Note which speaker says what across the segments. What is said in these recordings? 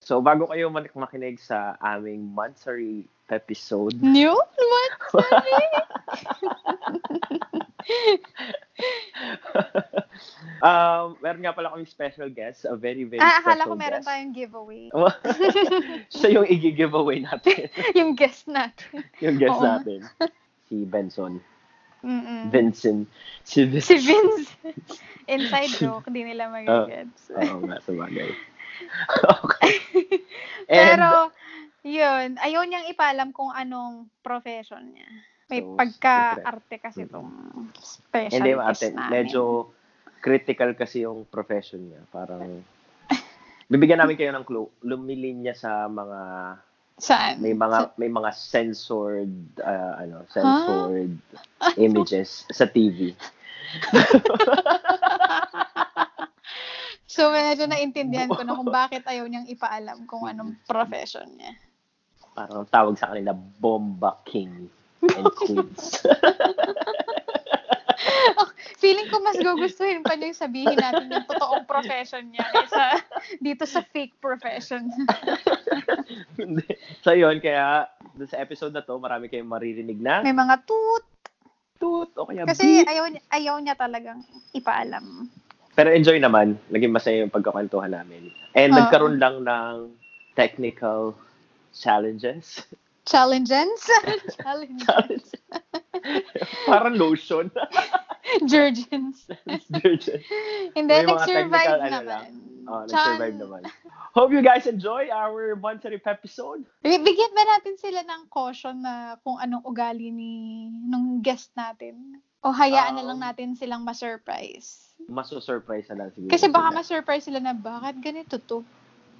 Speaker 1: So, bago kayo manik- makinig sa aming monthly episode,
Speaker 2: New? What? Sorry.
Speaker 1: um, meron nga pala kami special guest, a very, very
Speaker 2: ah,
Speaker 1: special
Speaker 2: akala ko meron
Speaker 1: guest.
Speaker 2: tayong giveaway.
Speaker 1: Siya yung i-giveaway natin,
Speaker 2: yung guest natin.
Speaker 1: yung guest
Speaker 2: Oo.
Speaker 1: natin. Si Benson.
Speaker 2: Mm-mm.
Speaker 1: Vincent. Si Vincent.
Speaker 2: Si Vince. Inside joke, di nila
Speaker 1: Oh.
Speaker 2: magigets.
Speaker 1: Oo nga, sabagay. okay. And-
Speaker 2: Pero, yun, ayaw niyang ipalam kung anong profession niya. May
Speaker 1: So,
Speaker 2: pagka-arte kasi itong special
Speaker 1: Hindi,
Speaker 2: guest
Speaker 1: ate,
Speaker 2: namin.
Speaker 1: medyo critical kasi yung profession niya. Parang, bibigyan namin kayo ng clue. Lumilin niya sa mga,
Speaker 2: Saan?
Speaker 1: may mga, may mga censored, ah, ano, censored images sa TV.
Speaker 2: So, medyo naintindihan ko na kung bakit ayaw niyang ipaalam kung anong profession niya.
Speaker 1: Parang tawag sa kanila, Bomba King and Queens.
Speaker 2: Feeling ko mas gugustuhin pa niya yung sabihin natin yung totoong profession niya kaysa dito sa fake profession.
Speaker 1: Hindi. so, yun, kaya, dun sa episode na to, marami kayong maririnig na
Speaker 2: May mga toot.
Speaker 1: toot o kaya
Speaker 2: Kasi
Speaker 1: beep.
Speaker 2: ayaw, niya- ayaw niya talagang ipaalam.
Speaker 1: Pero enjoy naman. Naging masaya yung pagkakantuhan namin. And
Speaker 2: Oo.
Speaker 1: nagkaroon lang ng technical challenges.
Speaker 2: Challenges? Challenges.
Speaker 1: Challenges. Parang lotion.
Speaker 2: Jurgens.
Speaker 1: Detergent.
Speaker 2: Hindi,
Speaker 1: May mga
Speaker 2: nag-survive
Speaker 1: technical ano
Speaker 2: naman.
Speaker 1: oh,
Speaker 2: Chan.
Speaker 1: nag-survive naman. Hope you guys enjoy our monthly episode.
Speaker 2: Bigyan ba natin sila ng caution na kung anong ugali ni nung guest natin? O hayaan na lang
Speaker 1: Um,
Speaker 2: natin silang ma-surprise?
Speaker 1: Maso-surprise na lang siguro.
Speaker 2: Kasi baka
Speaker 1: sila.
Speaker 2: ma-surprise sila na bakit ganito to?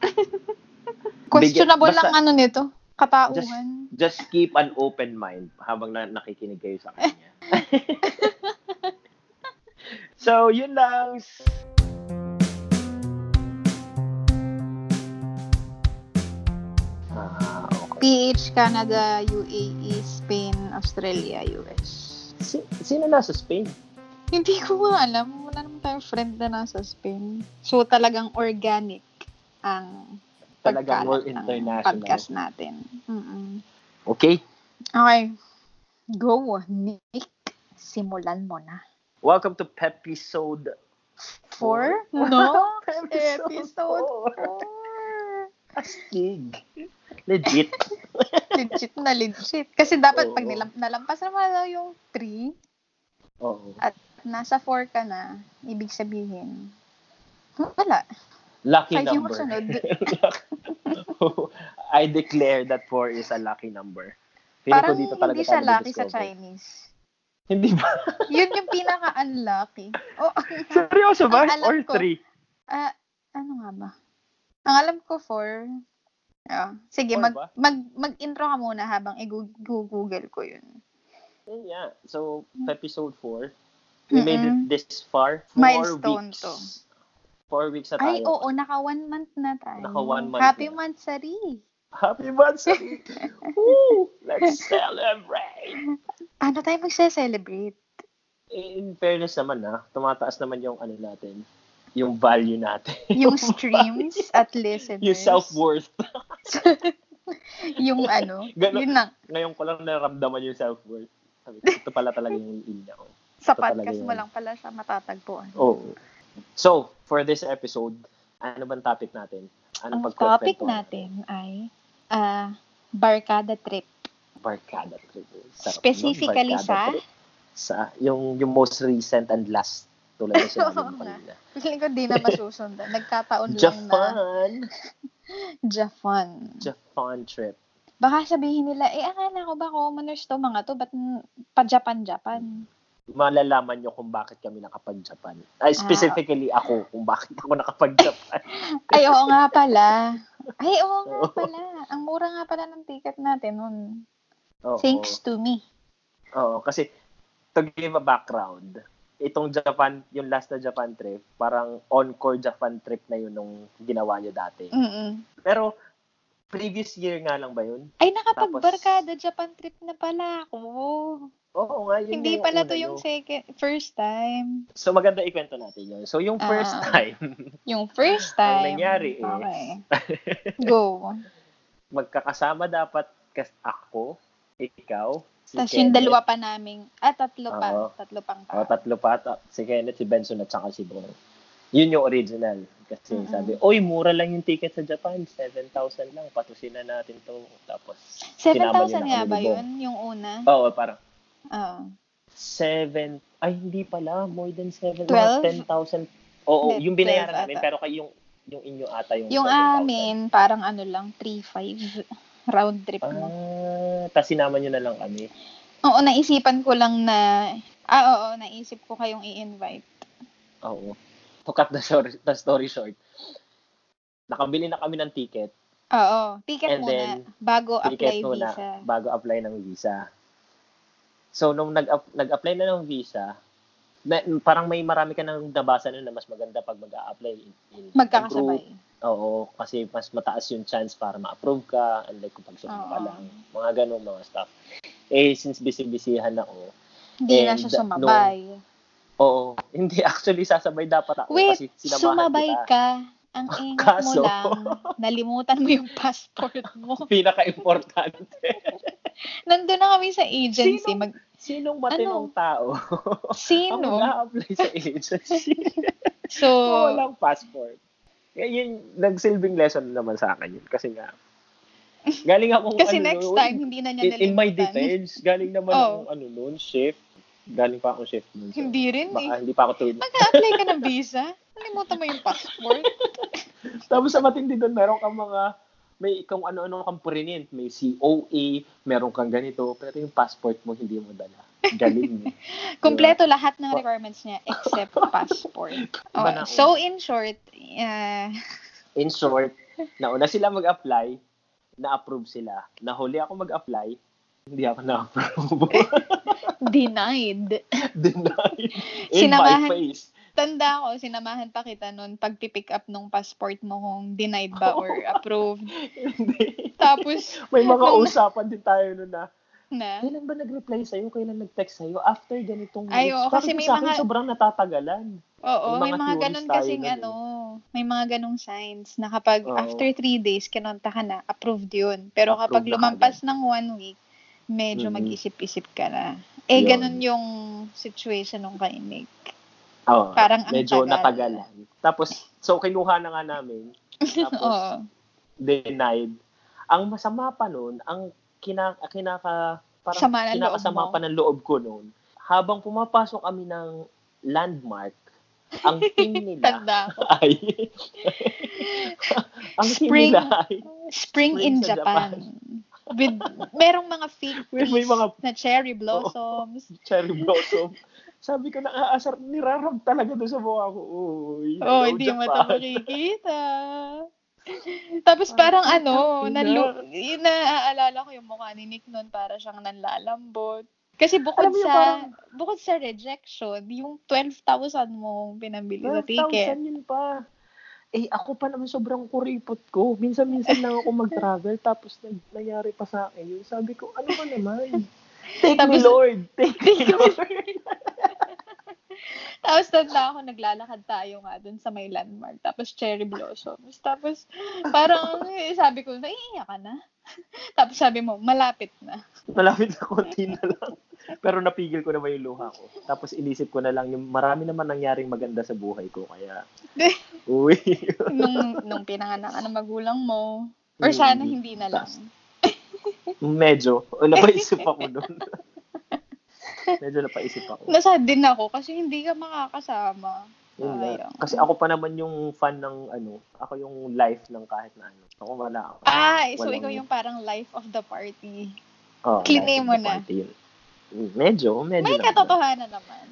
Speaker 1: Bigyan-
Speaker 2: Questionable
Speaker 1: basta-
Speaker 2: lang ano nito. Katauhan.
Speaker 1: Just keep an open mind habang na nakikinig kayo sa kanya. so, yun lang. Ah, okay.
Speaker 2: PH, Canada, UAE, Spain, Australia, US.
Speaker 1: Si- sino nasa Spain?
Speaker 2: Hindi ko nga alam. Wala naman tayong friend na nasa Spain. So, talagang organic ang
Speaker 1: Talagang
Speaker 2: pagkalat
Speaker 1: more
Speaker 2: ng
Speaker 1: international.
Speaker 2: podcast natin. Mm-mm.
Speaker 1: Okay.
Speaker 2: Okay. Go, Nick. Simulan mo na.
Speaker 1: Welcome to Pepisode.
Speaker 2: Four? No? Episode
Speaker 1: four.
Speaker 2: four.
Speaker 1: Astig. Legit.
Speaker 2: legit na legit. Kasi dapat
Speaker 1: Oo.
Speaker 2: pag nilam- nalampas naman daw yung three,
Speaker 1: Oo.
Speaker 2: nasa four ka na, ibig sabihin, wala.
Speaker 1: Lucky
Speaker 2: Five yung
Speaker 1: number.
Speaker 2: kasunod.
Speaker 1: I declare that 4 is a lucky number. Feeling
Speaker 2: Parang
Speaker 1: ko dito talaga
Speaker 2: hindi siya
Speaker 1: tayo
Speaker 2: lucky sa
Speaker 1: nag-discover.
Speaker 2: Chinese.
Speaker 1: Hindi ba?
Speaker 2: Yun yung pinaka-unlucky. Oh,
Speaker 1: Seryoso ba?
Speaker 2: Ang alam
Speaker 1: Or
Speaker 2: ko.
Speaker 1: 3?
Speaker 2: ah, ano nga ba? Ang alam ko, four. Ah, sige,
Speaker 1: Four
Speaker 2: mag,
Speaker 1: ba?
Speaker 2: mag, mag-intro ka muna habang i-google ko yun.
Speaker 1: Yeah. So, episode 4. We made it
Speaker 2: Mm-mm.
Speaker 1: this far. Four
Speaker 2: Milestone
Speaker 1: weeks.
Speaker 2: to.
Speaker 1: Four weeks na tayo.
Speaker 2: Ay, oh. oo, naka one month na tayo.
Speaker 1: Naka one month
Speaker 2: Happy
Speaker 1: na.
Speaker 2: month, Sari.
Speaker 1: Happy birthday! Woo! Let's celebrate!
Speaker 2: Ano tayo magse-celebrate?
Speaker 1: In fairness naman ah, tumataas naman yung ano natin, yung value natin.
Speaker 2: Yung streams at listeners.
Speaker 1: yung self-worth.
Speaker 2: yung ano,
Speaker 1: Ganun.
Speaker 2: yun lang.
Speaker 1: Ngayon ko lang naramdaman yung self-worth. Sabi ko, ito pala talaga yung linya ko.
Speaker 2: Sa
Speaker 1: Ito talaga
Speaker 2: podcast mo
Speaker 1: yun.
Speaker 2: lang pala siya matatagpuan.
Speaker 1: Oo. So, for this episode, ano bang topic natin? Ano
Speaker 2: Ang topic natin ay ah, barkada trip.
Speaker 1: Barkada trip. Sarap
Speaker 2: Specifically
Speaker 1: nun,
Speaker 2: sa?
Speaker 1: barkada trip. Sa, yung, yung most recent and last tulad na sinabi
Speaker 2: Oo
Speaker 1: mo
Speaker 2: nga.
Speaker 1: kanina.
Speaker 2: Feeling ko di na masusundan. Nagkataon lang na
Speaker 1: Japan!
Speaker 2: Japan.
Speaker 1: Japan trip.
Speaker 2: Baka sabihin nila, eh akala ko ba commoners to mga to? Ba't n- pa-Japan-Japan?
Speaker 1: Malalaman nyo kung bakit kami nakapag-Japan. Ay, specifically
Speaker 2: Ah.
Speaker 1: ako, kung bakit ako nakapag-Japan.
Speaker 2: Ay, oo nga pala. Ay, oo nga pala. Ang mura nga pala ng ticket natin nun.
Speaker 1: Oo.
Speaker 2: Thanks to me.
Speaker 1: Oo, kasi to give a background, itong Japan, yung last na Japan trip, parang encore Japan trip na yun nung ginawa nyo dati.
Speaker 2: Mm-mm.
Speaker 1: Pero Previous year nga lang ba yun?
Speaker 2: Ay, nakapagbarkada Japan trip na pala ako.
Speaker 1: Oo nga, yun
Speaker 2: Hindi
Speaker 1: yung
Speaker 2: pala
Speaker 1: una
Speaker 2: to yung
Speaker 1: nyo.
Speaker 2: second, first time.
Speaker 1: So maganda ikwento natin yun. So yung first
Speaker 2: Ah.
Speaker 1: time,
Speaker 2: Yung first
Speaker 1: Ang
Speaker 2: time.
Speaker 1: nangyari is-
Speaker 2: Okay. Go.
Speaker 1: magkakasama dapat kas ako, ikaw, si
Speaker 2: Tapos yung
Speaker 1: Kenneth.
Speaker 2: dalawa pa naming, ah, tatlo pa.
Speaker 1: Oo.
Speaker 2: Tatlo pang
Speaker 1: O,
Speaker 2: tao.
Speaker 1: tatlo pa. ta- si Kenneth, si Benson, at saka si Bong. Yun yung original. Kasi
Speaker 2: Mm-mm.
Speaker 1: sabi, oy, mura lang yung ticket sa Japan. 7,000 lang. Patusinan natin to. Tapos, sinama nila
Speaker 2: 7,000 nga
Speaker 1: kami
Speaker 2: ba
Speaker 1: ni Bong.
Speaker 2: yun? Yung una? Ah.
Speaker 1: Oo, parang
Speaker 2: Oo.
Speaker 1: 7, ay hindi pala, more than 7,
Speaker 2: Twelve?
Speaker 1: mga 10,000. Oo,
Speaker 2: Hindi,
Speaker 1: yung binayaran
Speaker 2: twelve
Speaker 1: namin,
Speaker 2: ata.
Speaker 1: pero kay yung, yung inyo ata yung
Speaker 2: Yung
Speaker 1: 7,000.
Speaker 2: amin, parang ano lang, 3-5 round trip mo.
Speaker 1: Ah, tapos sinama nyo na lang kami.
Speaker 2: Oo, naisipan ko lang na, ah, oo, naisip ko kayong i-invite.
Speaker 1: Oo. To cut the story, the story short, nakabili na kami ng ticket
Speaker 2: Oo, ticket
Speaker 1: And
Speaker 2: muna,
Speaker 1: then,
Speaker 2: bago apply
Speaker 1: ticket muna
Speaker 2: visa.
Speaker 1: bago apply ng visa. So, nung nag- nag-apply na ng visa, na, parang may marami ka nang nabasa na, na mas maganda pag mag apply in, in-
Speaker 2: Magkakasabay.
Speaker 1: Oo, kasi mas mataas yung chance para ma-approve ka, unlike kung pagsama ka
Speaker 2: Oo.
Speaker 1: lang. Mga ganun, mga stuff. Eh, since busy-busyhan ako,
Speaker 2: Hindi na
Speaker 1: And
Speaker 2: siya
Speaker 1: no-
Speaker 2: sumabay.
Speaker 1: oo, hindi actually sasabay dapat ako
Speaker 2: Wait,
Speaker 1: kasi sinamahan
Speaker 2: sumabay
Speaker 1: kita.
Speaker 2: ka. Ang ingat
Speaker 1: Kaso-
Speaker 2: mo lang, nalimutan mo yung passport mo.
Speaker 1: Pinaka-importante.
Speaker 2: Nandun na kami sa agency.
Speaker 1: Sino?
Speaker 2: Mag,
Speaker 1: Sinong matinong tao? Ang
Speaker 2: Ano? sino?
Speaker 1: mag-a-apply sa agency.
Speaker 2: So,
Speaker 1: Oh, walang passport. Kaya yun, nagsilbing lesson naman sa akin yun. Kasi nga, galing ako
Speaker 2: kasi next
Speaker 1: nun,
Speaker 2: time, hindi na
Speaker 1: Ano in,
Speaker 2: niya nalimutan.
Speaker 1: in my details, galing naman
Speaker 2: Oh.
Speaker 1: akong ano noon, shift. Galing pa akong shift noon. so
Speaker 2: Hindi rin eh.
Speaker 1: Baka hindi pa ako tulog.
Speaker 2: Mag-apply ka ng visa? Nalimutan mo yung passport?
Speaker 1: Diba? Tapos sa matindi doon, meron kang mga, may kung ano-ano kang purinin. May COA, meron kang ganito, pero yung passport mo hindi mo dala. Galing mo.
Speaker 2: Kompleto lahat ng requirements niya except passport.
Speaker 1: Diba
Speaker 2: Okay.
Speaker 1: Banaon.
Speaker 2: So, in short, uh,
Speaker 1: In short, nauna sila mag-apply, na-approve sila. Nahuli ako mag-apply, hindi ako na-approve.
Speaker 2: denied.
Speaker 1: Denied. In
Speaker 2: Sinamahan-
Speaker 1: my face.
Speaker 2: Tanda ko, sinamahan pa kita noon pag-pick up nung passport mo kung denied ba or approved.
Speaker 1: Hindi.
Speaker 2: Tapos,
Speaker 1: May mga
Speaker 2: Nung-
Speaker 1: usapan din tayo nun na,
Speaker 2: na,
Speaker 1: kailan ba nag-reply sa'yo? Kailan nag-text sa'yo? After ganitong
Speaker 2: Ay, oo,
Speaker 1: weeks,
Speaker 2: kasi
Speaker 1: parang
Speaker 2: may
Speaker 1: sa akin
Speaker 2: mga-
Speaker 1: sobrang natatagalan.
Speaker 2: oo,
Speaker 1: Yung
Speaker 2: may
Speaker 1: mga
Speaker 2: mga
Speaker 1: tourist
Speaker 2: ganun
Speaker 1: tayo
Speaker 2: kasing
Speaker 1: ganun.
Speaker 2: ano, may mga ganung signs na kapag
Speaker 1: Oo.
Speaker 2: after three days, kinonta ka na, approved yun. Pero kapag
Speaker 1: Approved na
Speaker 2: lumampas ng one week, medyo
Speaker 1: Mhm.
Speaker 2: mag-isip-isip ka na. Eh,
Speaker 1: Yun.
Speaker 2: ganun yung situation nung kay Nick.
Speaker 1: Oo,
Speaker 2: Parang ang
Speaker 1: medyo
Speaker 2: tagal.
Speaker 1: natagalan. Tapos, so kinuha na nga namin. Tapos,
Speaker 2: Oo.
Speaker 1: denied. Ang masama pa nun, ang kina, kinaka, parang
Speaker 2: Sama ng
Speaker 1: kinakasama
Speaker 2: loob mo.
Speaker 1: pa ng loob ko nun, habang pumapasok kami ng landmark, ang team nila
Speaker 2: Tanda ko.
Speaker 1: ay, ang team
Speaker 2: Spring.
Speaker 1: nila ay,
Speaker 2: Spring,
Speaker 1: Spring
Speaker 2: in
Speaker 1: sa
Speaker 2: Japan. With, merong mga fake
Speaker 1: May- may
Speaker 2: trees
Speaker 1: mga-
Speaker 2: na cherry blossoms.
Speaker 1: cherry blossom. Sabi ko, nakaasar, niraram talaga doon sa mukha ko. Uy,
Speaker 2: Oh,
Speaker 1: hello,
Speaker 2: hindi mo ito
Speaker 1: Japan.
Speaker 2: makikita. Tapos parang
Speaker 1: Ay, ang
Speaker 2: ano, nalu- naaalala ko yung mukha ni Nick noon para siyang nanlalambot. Kasi bukod
Speaker 1: Alam mo yung
Speaker 2: sa
Speaker 1: parang-
Speaker 2: bukod sa rejection, yung 12,000 mong pinambili na
Speaker 1: 12,000
Speaker 2: ticket.
Speaker 1: yun pa. Eh, ako pa naman sobrang kuripot ko. Minsan-minsan lang ako mag-travel, tapos nag- nangyari pa sa akin yun. Sabi ko, ano ba naman? Take me,
Speaker 2: Tapos-
Speaker 1: Lord. Take me, Lord.
Speaker 2: Tapos tanda ako, naglalakad tayo nga dun sa may landmark. Tapos cherry blossoms. Tapos parang eh, sabi ko, naiiyak ka na. Tapos sabi mo, malapit na.
Speaker 1: Malapit na konti na lang. Pero napigil ko naman yung luha ko. Tapos inisip ko na lang, yung marami naman nangyaring maganda sa buhay ko. Kaya, uy.
Speaker 2: Nung, nung pinanganak ka ng magulang mo. Or sana
Speaker 1: Mm.
Speaker 2: hindi na lang.
Speaker 1: Medyo. O, napaisip ako nun. Medyo napaisip ako.
Speaker 2: Nasad din ako kasi hindi ka makakasama.
Speaker 1: Yun nga.
Speaker 2: Sayang.
Speaker 1: Kasi ako pa naman yung fan ng ano, ako yung life ng kahit na ano. Ako wala ako.
Speaker 2: Ay, Ah,
Speaker 1: Ah,
Speaker 2: so
Speaker 1: Walang-
Speaker 2: ikaw yung parang life of the party.
Speaker 1: Oh,
Speaker 2: clean
Speaker 1: life of
Speaker 2: mo
Speaker 1: the
Speaker 2: na.
Speaker 1: party yun. Mm, Medyo, medyo.
Speaker 2: May
Speaker 1: lang.
Speaker 2: katotohanan naman.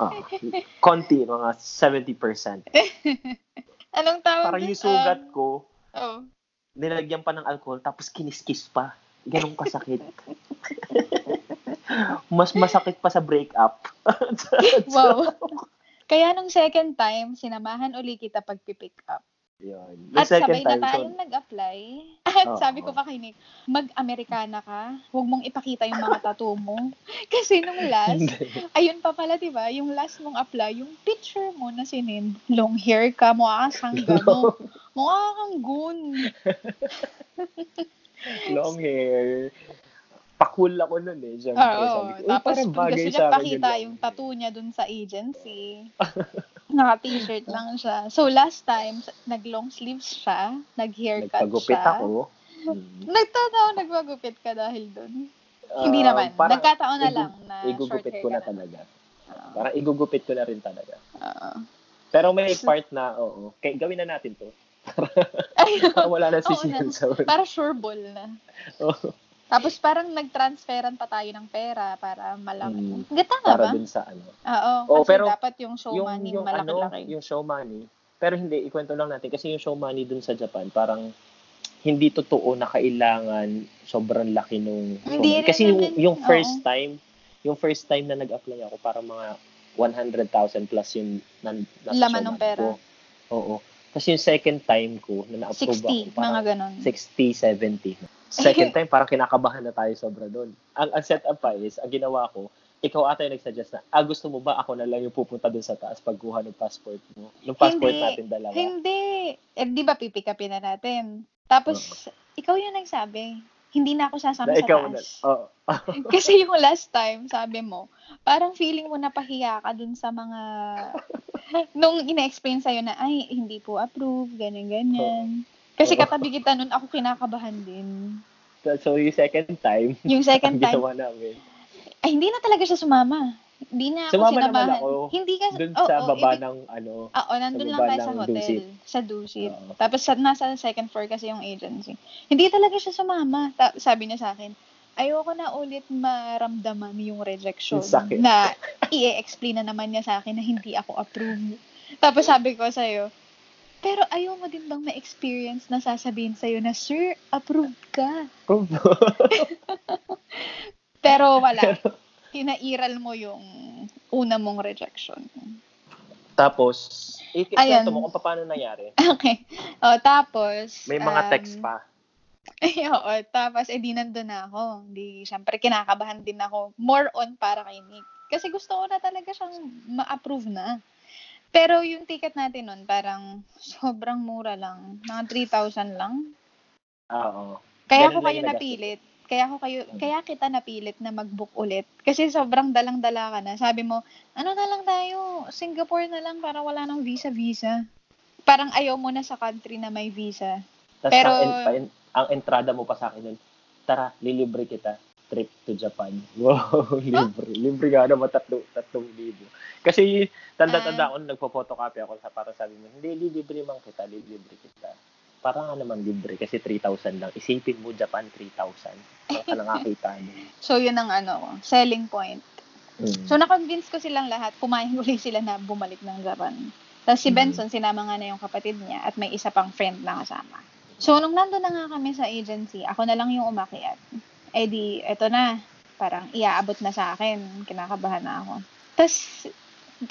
Speaker 1: Ah, konti, mga 70%.
Speaker 2: Anong tawag
Speaker 1: Parang
Speaker 2: dun?
Speaker 1: yung sugat ko,
Speaker 2: Um, oh.
Speaker 1: nilagyan pa ng alcohol, tapos kiniskis pa. Ganong kasakit. Mas masakit pa sa breakup.
Speaker 2: oh, Wow. Kaya nung second time, sinamahan uli kita pag-pick up.
Speaker 1: Yun. The
Speaker 2: At
Speaker 1: second
Speaker 2: sabay
Speaker 1: time,
Speaker 2: na
Speaker 1: so,
Speaker 2: tayong nag-apply. At
Speaker 1: Oo.
Speaker 2: sabi ko pa kay Nick, mag-Amerikana ka. Huwag mong ipakita yung mga tattoo mo. Kasi nung last,
Speaker 1: hindi.
Speaker 2: ayun pa pala, di ba? Yung last mong apply, yung picture mo na sinin, long hair ka, mukha kang sangga mo. Mukha kang goon.
Speaker 1: long hair. Pakul ako nun eh. Siyempre,
Speaker 2: Ah, Oo.
Speaker 1: sabi ko, "Uy,
Speaker 2: Tapos
Speaker 1: parang
Speaker 2: kung gusto
Speaker 1: bagay
Speaker 2: niya
Speaker 1: sa akin
Speaker 2: pakita
Speaker 1: yun."
Speaker 2: yung tattoo niya dun sa agency, naka-t-shirt lang siya. So last time, nag-long sleeves siya, nag-haircut
Speaker 1: Nagpagupit
Speaker 2: siya.
Speaker 1: ako. Mm.
Speaker 2: Nagtataw, nagpagupit ka dahil dun.
Speaker 1: Ah,
Speaker 2: Hindi naman.
Speaker 1: Parang
Speaker 2: Nagkataon na
Speaker 1: igu-
Speaker 2: lang na short
Speaker 1: igugupit
Speaker 2: hair
Speaker 1: ko na
Speaker 2: ka na.
Speaker 1: talaga.
Speaker 2: Oo.
Speaker 1: Parang igugupit ko na rin talaga.
Speaker 2: Oo.
Speaker 1: Pero may
Speaker 2: So-
Speaker 1: part na, oo. Kaya gawin na natin to.
Speaker 2: Ayun.
Speaker 1: Parang wala na si
Speaker 2: Oo na.
Speaker 1: Sian sa
Speaker 2: Para sure ball na.
Speaker 1: Oo.
Speaker 2: Tapos parang nag-transferan pa tayo ng pera para malaki.
Speaker 1: Mm.
Speaker 2: Gata nga ba? Ah,
Speaker 1: Para dun sa ano.
Speaker 2: Oo.
Speaker 1: Oo,
Speaker 2: Kasi
Speaker 1: pero
Speaker 2: dapat yung show money malaki-laki.
Speaker 1: yung show money. Pero hindi, ikwento lang natin. Kasi yung show money dun sa Japan, parang hindi totoo na kailangan sobrang laki nung show
Speaker 2: Hindi
Speaker 1: money.
Speaker 2: rin
Speaker 1: Kasi yung,
Speaker 2: naman,
Speaker 1: yung
Speaker 2: oo.
Speaker 1: first time, yung first time na nag-apply ako, parang mga 100,000 plus yung nan, nasa
Speaker 2: Laman
Speaker 1: show
Speaker 2: ng
Speaker 1: money
Speaker 2: pera.
Speaker 1: ko. Oo. Kasi yung second time ko, na na-approve ako,
Speaker 2: 60, mga
Speaker 1: parang
Speaker 2: ganon.
Speaker 1: 60, 70.
Speaker 2: Eh,
Speaker 1: Second time, parang kinakabahan na tayo sobra doon. Ang, ang setup pa is, ang ginawa ko, ikaw ata yung nagsuggest na, ah, gusto mo ba ako na lang yung pupunta doon sa taas pagkuha ng passport mo? Yung passport
Speaker 2: Hindi.
Speaker 1: natin dalawa.
Speaker 2: Hindi. Eh, di ba pipikapin na natin? Tapos, ikaw yung nagsabi. Hindi na ako sasama
Speaker 1: Na
Speaker 2: sa
Speaker 1: ikaw na.
Speaker 2: taas.
Speaker 1: Oo.
Speaker 2: Kasi yung last time, sabi mo, parang feeling mo napahiya ka dun sa mga... Nung ina-explain sa'yo na, ay, hindi po approve, ganyan-ganyan. Kasi
Speaker 1: Oo.
Speaker 2: katabi kita nun, ako kinakabahan din.
Speaker 1: So, yung second time,
Speaker 2: Yung
Speaker 1: ang
Speaker 2: second time,
Speaker 1: ginawa namin,
Speaker 2: ay, hindi na talaga siya sumama. Hindi na ako
Speaker 1: Sumama naman
Speaker 2: sinamahan.
Speaker 1: ako.
Speaker 2: Hindi ka,
Speaker 1: doon
Speaker 2: oo,
Speaker 1: sa
Speaker 2: oo,
Speaker 1: baba
Speaker 2: ibig-
Speaker 1: ng, ano,
Speaker 2: Oo, nandun lang
Speaker 1: baba
Speaker 2: tayo sa
Speaker 1: ng
Speaker 2: hotel.
Speaker 1: Dusit.
Speaker 2: Sa Dusit.
Speaker 1: Oo.
Speaker 2: Tapos sa, nasa second floor kasi yung agency. Hindi talaga siya sumama. Ta- sabi niya sa akin, ayoko na ulit maramdaman yung rejection.
Speaker 1: Yung sakit.
Speaker 2: Na i-explain na naman niya sa akin na hindi ako approve. Tapos sabi ko sa'yo, pero ayaw mo din bang ma-experience na sasabihin sa'yo na, sir, approve ka.
Speaker 1: prove.
Speaker 2: Pero wala. Tinairal mo yung una mong rejection.
Speaker 1: Tapos,
Speaker 2: Ayan.
Speaker 1: ikwento mo kung paano nangyari.
Speaker 2: Okay. O, tapos...
Speaker 1: May mga
Speaker 2: um,
Speaker 1: text pa.
Speaker 2: Ay, oo. Tapos, eh, di nandun na ako. Di, syempre, kinakabahan din ako. More on para kay Nick. Kasi gusto ko na talaga siyang ma-approve na. Pero yung ticket natin nun, parang sobrang mura lang. Mga 3,000 lang.
Speaker 1: Oo.
Speaker 2: Kaya
Speaker 1: Ganun
Speaker 2: ko
Speaker 1: lang
Speaker 2: kayo
Speaker 1: yung nagastos. Mm.
Speaker 2: napilit. Kaya ko kayo, kaya kita napilit na mag-book ulit. Kasi sobrang dalang-dala ka na. Sabi mo, ano na lang tayo, Singapore na lang para wala nang visa-visa. Parang ayaw mo na sa country na may visa.
Speaker 1: Tapos
Speaker 2: Pero-
Speaker 1: ang, en- pa- en- ang entrada mo pa sa akin nun, tara, lilibre kita. Trip to Japan. Wow, libre. Libre ka naman, tatlo, tatlong libo. Kasi
Speaker 2: Ah.
Speaker 1: tanda-tanda ako, nagpo-photocopy ako sa para sabi mo, hindi, lilibre man kita, lilibre kita. Parang nga naman libre kasi 3,000 lang. Isipin mo, Japan, 3,000. Parang ka nakakita mo.
Speaker 2: So, yun ang ano, ko, selling point.
Speaker 1: Hmm.
Speaker 2: So, na-convince ko silang lahat. Pumayag ulit sila na bumalik ng Japan. Tapos si
Speaker 1: Mm.
Speaker 2: Benson, sinama nga na yung kapatid niya at may isa pang friend na kasama. So, nung nandun na nga kami sa agency, ako na lang yung umakyat. Eh di, eto na. Parang iaabot na sa akin. Kinakabahan na ako. Tapos,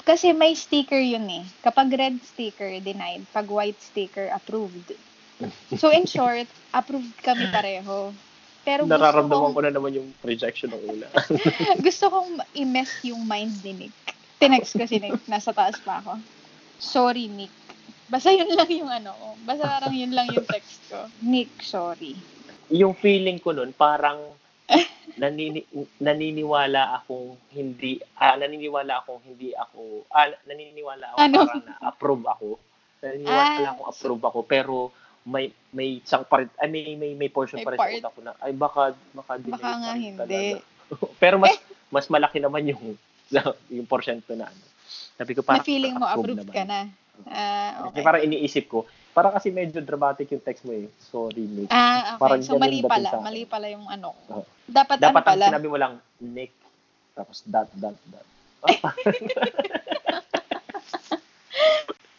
Speaker 2: kasi may sticker yun eh. Kapag red sticker, denied. Pag white sticker, approved. So, in short, approved kami pareho. Pero gusto
Speaker 1: Nararamdaman
Speaker 2: kong-
Speaker 1: ko na naman yung rejection ng una.
Speaker 2: gusto kong i-mess yung mind ni Nick. Tinext ko si Nick. Nasa taas pa ako. Sorry, Nick. Basta yun lang yung ano. ko. Basta parang yun lang yung text ko. Nick, sorry.
Speaker 1: yung feeling ko nun, parang nanini, naniniwala akong hindi, ah, naniniwala akong hindi ako, ah, naniniwala ako
Speaker 2: Ano?
Speaker 1: parang na-approve ako. Naniniwala
Speaker 2: Ah.
Speaker 1: akong approve ako, pero may may isang part, ay, may, may, may portion
Speaker 2: May
Speaker 1: pa rin
Speaker 2: part.
Speaker 1: sa utak ko na, ay baka, baka, delay
Speaker 2: Baka
Speaker 1: pa
Speaker 2: nga
Speaker 1: rin
Speaker 2: hindi. Eh!
Speaker 1: talaga. pero mas, mas malaki naman yung, yung porsyento na ano. Sabi ko
Speaker 2: Na
Speaker 1: parang,
Speaker 2: feeling mo,
Speaker 1: approve
Speaker 2: approved ka
Speaker 1: naman.
Speaker 2: na. Ah,
Speaker 1: Kasi
Speaker 2: okay.
Speaker 1: parang iniisip ko, parang kasi medyo dramatic yung text mo eh. Sorry, mate.
Speaker 2: Ah,
Speaker 1: parang
Speaker 2: okay. So,
Speaker 1: ganun
Speaker 2: mali
Speaker 1: dating
Speaker 2: pala.
Speaker 1: sa akin.
Speaker 2: Mali pala yung ano. ko.
Speaker 1: Oo.
Speaker 2: Dapat,
Speaker 1: Dapat ang
Speaker 2: ano pala.
Speaker 1: sinabi mo lang, Nick, tapos dot, dot, dot. Ah,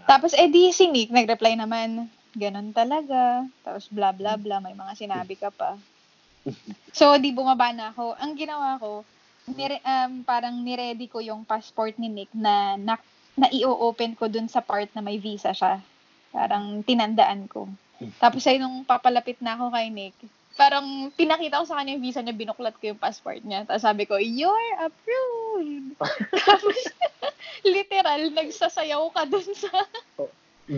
Speaker 2: Tapos, edi si Nick nag-reply naman, ganun talaga. Tapos, bla bla bla, may mga sinabi ka pa. So, di bumaba na ako. Ang ginawa ko, nire, um, parang niready ko yung passport ni Nick na, na, na i-open ko dun sa part na may visa siya. Parang tinandaan ko. Tapos ay nung papalapit na ako kay Nick, parang pinakita ko sa kanya yung visa niya, binuklat ko yung passport niya. Tapos sabi ko, you're approved! Tapos, literal, nagsasayaw ka dun sa,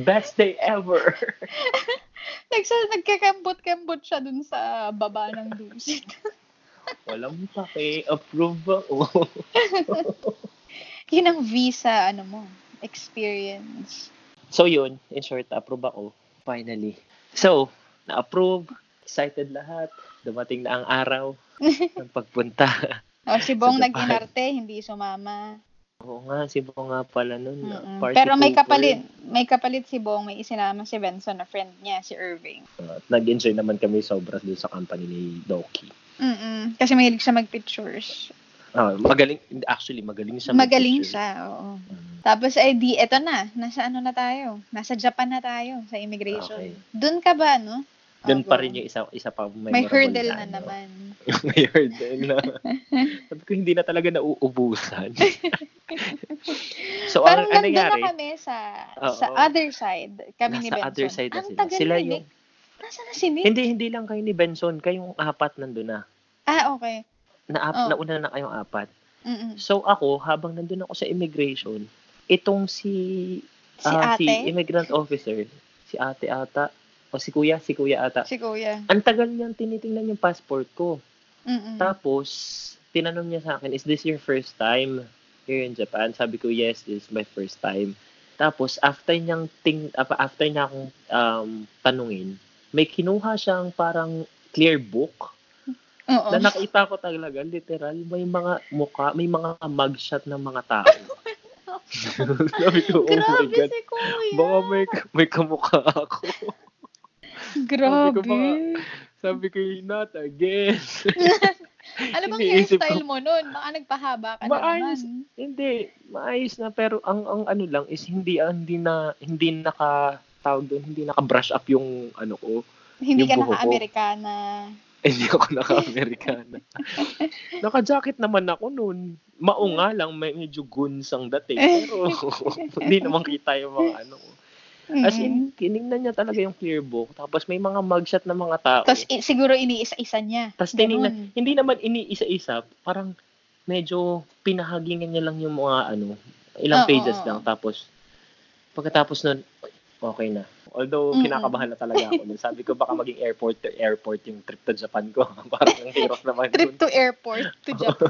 Speaker 1: Best day ever.
Speaker 2: nagsa, nagkakambot-kambot siya dun sa baba ng dusit.
Speaker 1: Walang pake. Approve ba?
Speaker 2: Yun ang visa, ano mo, experience.
Speaker 1: So yun, in short, approve ako. Finally. So, na-approve. Excited lahat. Dumating na ang araw ng pagpunta.
Speaker 2: O, Oh, si Bong
Speaker 1: Sa Japan.
Speaker 2: nag-inarte, hindi sumama.
Speaker 1: Oo nga, si Bo nga pala nun.
Speaker 2: Mm-mm.
Speaker 1: party
Speaker 2: Pero may
Speaker 1: pooper.
Speaker 2: kapalit, may kapalit si Bong, may isinama si Benson na friend niya, si Irving.
Speaker 1: At nag-enjoy naman kami sobra dun sa company ni Doki.
Speaker 2: Mm-mm. Kasi mahilig siya mag-pictures.
Speaker 1: Ah, magaling, actually, magaling siya.
Speaker 2: Magaling
Speaker 1: mag-picture.
Speaker 2: siya, oo.
Speaker 1: Mm.
Speaker 2: Tapos, eh, di, eto na. Nasa ano na tayo? Nasa Japan na tayo, sa immigration.
Speaker 1: Okay.
Speaker 2: Doon ka ba, no?
Speaker 1: Doon
Speaker 2: Oo.
Speaker 1: pa rin yung isa, isa pa memorable
Speaker 2: May hurdle na
Speaker 1: ano.
Speaker 2: naman.
Speaker 1: May hurdle na. Sabi ko, hindi na talaga nauubusan. so,
Speaker 2: Parang
Speaker 1: ang, ang
Speaker 2: nandun
Speaker 1: nangyari,
Speaker 2: na kami sa
Speaker 1: Oo.
Speaker 2: sa other side. Kami ni
Speaker 1: nasa
Speaker 2: Benson.
Speaker 1: other side na
Speaker 2: Ang
Speaker 1: sila.
Speaker 2: tagal
Speaker 1: Sila
Speaker 2: ni
Speaker 1: yung,
Speaker 2: Nick. Nasaan na si Nick?
Speaker 1: hindi, hindi lang kayo ni Benson, kayong apat nandun na.
Speaker 2: Ah, okay.
Speaker 1: Na,
Speaker 2: Oh.
Speaker 1: Nauna na kayong apat.
Speaker 2: Mm-mm.
Speaker 1: So, ako, habang nandun ako sa immigration, itong si,
Speaker 2: Si
Speaker 1: ah,
Speaker 2: ate?
Speaker 1: si immigrant officer, si ate ata, o si kuya, si kuya ata.
Speaker 2: Si kuya.
Speaker 1: Ang tagal niyang tinitingnan yung passport ko.
Speaker 2: Mm-mm.
Speaker 1: Tapos, tinanong niya sa akin, is this your first time here in Japan? Sabi ko, yes, this is my first time. Tapos, after niyang ting, ah, after niya akong um, tanungin, may kinuha siyang parang clear book
Speaker 2: Oo.
Speaker 1: na nakita ko talaga, literal, may mga mukha, may mga mugshot ng mga tao. Sabi ko, oh my
Speaker 2: Oh, Grabe
Speaker 1: God.
Speaker 2: si kuya.
Speaker 1: Baka may, may kamukha ako.
Speaker 2: Grabe.
Speaker 1: baka- Sabi ko, not again.
Speaker 2: Alam bang
Speaker 1: iniisip
Speaker 2: hairstyle mo nun? Baka nagpahaba ka
Speaker 1: Maayos.
Speaker 2: na naman.
Speaker 1: Hindi, maayos na pero ang ang ano lang is hindi ah, hindi na hindi naka tawag doon, hindi naka-brush up yung ano ko. Yung
Speaker 2: Hindi ka
Speaker 1: buho ko.
Speaker 2: naka-Amerikana.
Speaker 1: Hindi ako naka-Amerikana. Naka-jacket naman ako noon. Maunga lang, may medyo guns ang dating. Pero hindi naman kita yung mga ano. ko. As in, kinignan niya talaga yung clear book. Tapos may mga mugshot na mga tao.
Speaker 2: Tapos i- siguro iniisa-isa niya.
Speaker 1: Tapos tinignan, hindi naman iniisa-isa, parang medyo pinahagingan niya lang yung mga ano, ilang
Speaker 2: Oo,
Speaker 1: pages
Speaker 2: oo.
Speaker 1: lang. Tapos, pagkatapos nun, okay na. Although,
Speaker 2: Mm.
Speaker 1: kinakabahan na talaga ako. nun. Sabi ko, baka maging airport to airport yung trip to Japan ko. parang ang hirap naman.
Speaker 2: Trip
Speaker 1: nun.
Speaker 2: to airport to Japan.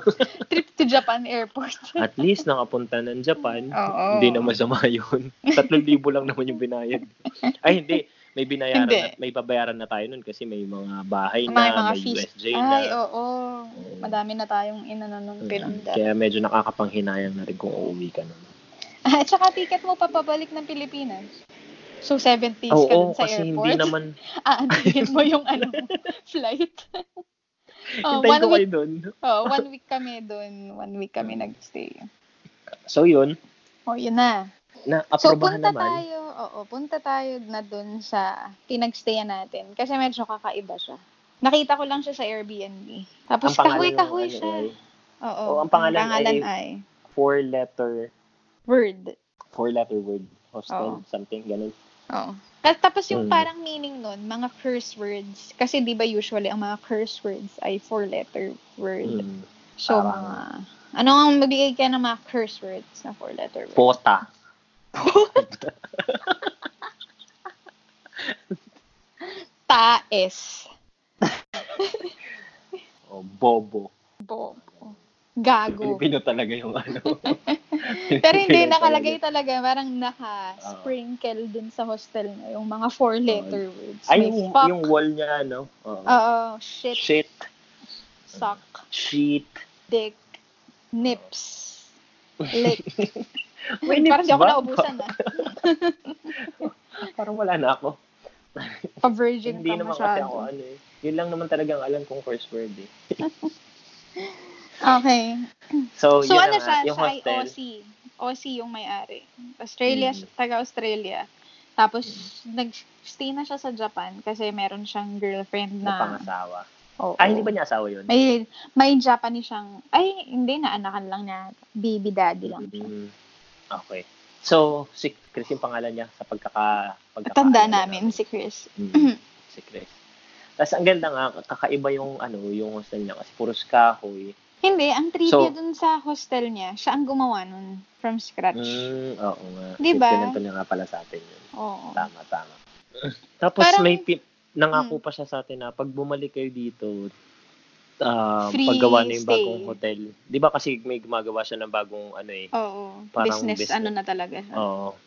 Speaker 2: Trip to Japan airport.
Speaker 1: At least, nakapunta ng Japan.
Speaker 2: Oo.
Speaker 1: Hindi na masama yun. Tatlong libo lang naman yung binayad. Ay, hindi. May binayaran,
Speaker 2: Hindi.
Speaker 1: na- may babayaran na tayo nun kasi may mga bahay na,
Speaker 2: May
Speaker 1: may,
Speaker 2: mga fees.
Speaker 1: USJ na.
Speaker 2: Ay, oo. Madami na tayong inano nung pinunda.
Speaker 1: Mm. Kaya medyo nakakapanghinayang na rin kung uuwi ka nun.
Speaker 2: Ah, At saka ticket mo papabalik ng Pilipinas. So, 70s
Speaker 1: Oo,
Speaker 2: ka dun sa
Speaker 1: kasi
Speaker 2: airport.
Speaker 1: hindi naman,
Speaker 2: Aantayin mo yung ano, mo, flight.
Speaker 1: hintayin
Speaker 2: oh, one,
Speaker 1: ko
Speaker 2: week,
Speaker 1: kayo Mm. dun.
Speaker 2: oh, one week kami doon. One week kami nagstay.
Speaker 1: So yun,
Speaker 2: Oh, yun na. So,
Speaker 1: na-aprobahan
Speaker 2: punta
Speaker 1: naman.
Speaker 2: tayo, oo, punta tayo na doon sa pinagstayan natin. Kasi medyo kakaiba siya. Nakita ko lang siya sa Airbnb. Tapos,
Speaker 1: ng
Speaker 2: kahoy-kahoy
Speaker 1: ano
Speaker 2: siya.
Speaker 1: ay
Speaker 2: Oo,
Speaker 1: Oo, ang pangalan ay-
Speaker 2: ay
Speaker 1: four-letter,
Speaker 2: Word.
Speaker 1: four-letter word.
Speaker 2: Oh.
Speaker 1: Hostel, something, ganun.
Speaker 2: Oo. At tapos yung
Speaker 1: Mm.
Speaker 2: parang meaning nun, mga curse words. Kasi di ba usually ang mga curse words ay four-letter word.
Speaker 1: Mm.
Speaker 2: So,
Speaker 1: Parang-
Speaker 2: mga... Ano ang mabigay ka ng mga curse words na four-letter word?
Speaker 1: Pota.
Speaker 2: Taes.
Speaker 1: O bobo.
Speaker 2: Bobo. Gago.
Speaker 1: Pilipino talaga yung ano.
Speaker 2: Pero hindi,
Speaker 1: Pilipino
Speaker 2: nakalagay
Speaker 1: talaga.
Speaker 2: talaga. Parang
Speaker 1: Ah.
Speaker 2: naka-sprinkle din sa hostel na yung mga four-letter words.
Speaker 1: Ay,
Speaker 2: May
Speaker 1: yung,
Speaker 2: fuck.
Speaker 1: yung wall niya, ano? Oo.
Speaker 2: Oo, Oh, shit,
Speaker 1: Shit.
Speaker 2: suck,
Speaker 1: Shit.
Speaker 2: dick, nips, lick.
Speaker 1: May
Speaker 2: Parang
Speaker 1: nips
Speaker 2: di ako
Speaker 1: ba?
Speaker 2: naubusan ah.
Speaker 1: Ah, Parang wala na ako.
Speaker 2: Pa-virgin
Speaker 1: Hindi
Speaker 2: ka
Speaker 1: naman kasi
Speaker 2: masyado.
Speaker 1: ako ano eh. Yun lang naman talagang alam kong first word eh.
Speaker 2: Okay.
Speaker 1: So,
Speaker 2: So,
Speaker 1: yun
Speaker 2: ano
Speaker 1: na nga,
Speaker 2: siya?
Speaker 1: yung
Speaker 2: Siya ay
Speaker 1: hostel.
Speaker 2: Aussie. Aussie yung may-ari. Australia,
Speaker 1: Mm.
Speaker 2: taga-Australia. Tapos, nag-stay na siya sa Japan kasi meron siyang girlfriend
Speaker 1: na
Speaker 2: na...
Speaker 1: pangasawa.
Speaker 2: Oo.
Speaker 1: Ay, Ah, hindi ba niya asawa yun?
Speaker 2: May, may Japanese siyang... Ay, hindi, naanakan lang niya. Baby daddy lang.
Speaker 1: Mm, Okay. So, si Chris yung pangalan niya sa pagkaka... pagkaka
Speaker 2: Tanda namin si Chris.
Speaker 1: Mm, si Chris. Tapos ang ganda nga, kakaiba yung ano, yung hostel niya kasi puro kahoy.
Speaker 2: Hindi, ang trivia
Speaker 1: So-
Speaker 2: dun sa hostel niya, siya ang gumawa nun from scratch.
Speaker 1: Mm, oo nga.
Speaker 2: Diba?
Speaker 1: Kinento niya nga pala sa atin yun.
Speaker 2: Oo.
Speaker 1: Tama, tama. Tapos
Speaker 2: Parang- Mm.
Speaker 1: may tip, nangako pa siya sa atin na pag bumalik kayo dito, ah,
Speaker 2: Free
Speaker 1: paggawa na yung
Speaker 2: stay.
Speaker 1: bagong hotel. Di ba kasi may gumagawa siya ng bagong ano eh,
Speaker 2: Oo.
Speaker 1: Parang
Speaker 2: Business,
Speaker 1: business.
Speaker 2: ano na talaga. siya.
Speaker 1: oo,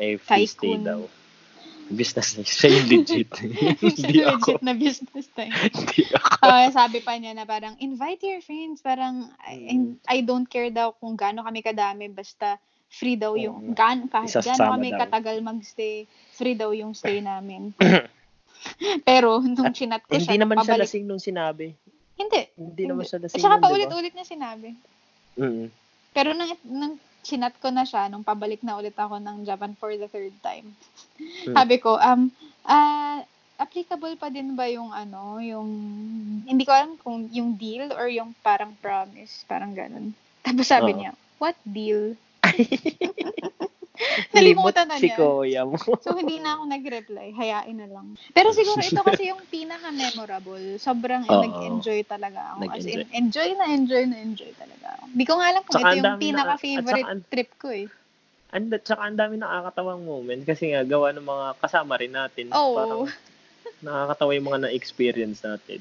Speaker 1: eh, free stay
Speaker 2: Tycoon.
Speaker 1: daw. Business na siya yung legit. Hindi
Speaker 2: Siya
Speaker 1: ako.
Speaker 2: legit na business time.
Speaker 1: Hindi ako.
Speaker 2: Ah, sabi pa niya na parang, invite your friends. Parang, I-
Speaker 1: Mm.
Speaker 2: I don't care daw kung gaano kami kadami. Basta, free daw
Speaker 1: Oo.
Speaker 2: yung, gan, kahit gaano
Speaker 1: Isasama
Speaker 2: kami
Speaker 1: daw.
Speaker 2: katagal magstay, free daw yung stay namin. Pero, nung chinat ko
Speaker 1: Hindi
Speaker 2: siya,
Speaker 1: naman siya
Speaker 2: pabalik-
Speaker 1: lasing nung sinabi.
Speaker 2: Hindi.
Speaker 1: Hindi naman siya
Speaker 2: At
Speaker 1: lasing
Speaker 2: saka
Speaker 1: nun, di ba?
Speaker 2: paulit-ulit niya sinabi.
Speaker 1: Mm.
Speaker 2: Pero nung, nung chinat ko na siya, nung pabalik na ulit ako ng Japan for the third time,
Speaker 1: Hmm.
Speaker 2: sabi ko, um, ah, applicable pa din ba yung ano, yung, hindi ko alam kung yung deal or yung parang promise, parang ganun. Tapos sabi
Speaker 1: Oo.
Speaker 2: niya, what deal? Nalimutan na
Speaker 1: Si
Speaker 2: niya.
Speaker 1: Kuya mo.
Speaker 2: So, hindi na ako nag-reply. Hayain na lang. Pero siguro ito kasi yung pinaka-memorable. Sobrang eh,
Speaker 1: Oo.
Speaker 2: nag-enjoy talaga ako. As in,
Speaker 1: Nag-enjoy.
Speaker 2: enjoy na enjoy na enjoy talaga ako. Hindi ko nga alam kung
Speaker 1: Tsaka
Speaker 2: ito
Speaker 1: ang
Speaker 2: yung
Speaker 1: dami na-
Speaker 2: pinaka-favorite
Speaker 1: at saka ang-
Speaker 2: trip ko eh.
Speaker 1: And tsaka ang dami nakakatawang moment kasi nga gawa ng mga kasama rin natin.
Speaker 2: Oo.
Speaker 1: Parang nakakatawa yung mga na-experience natin.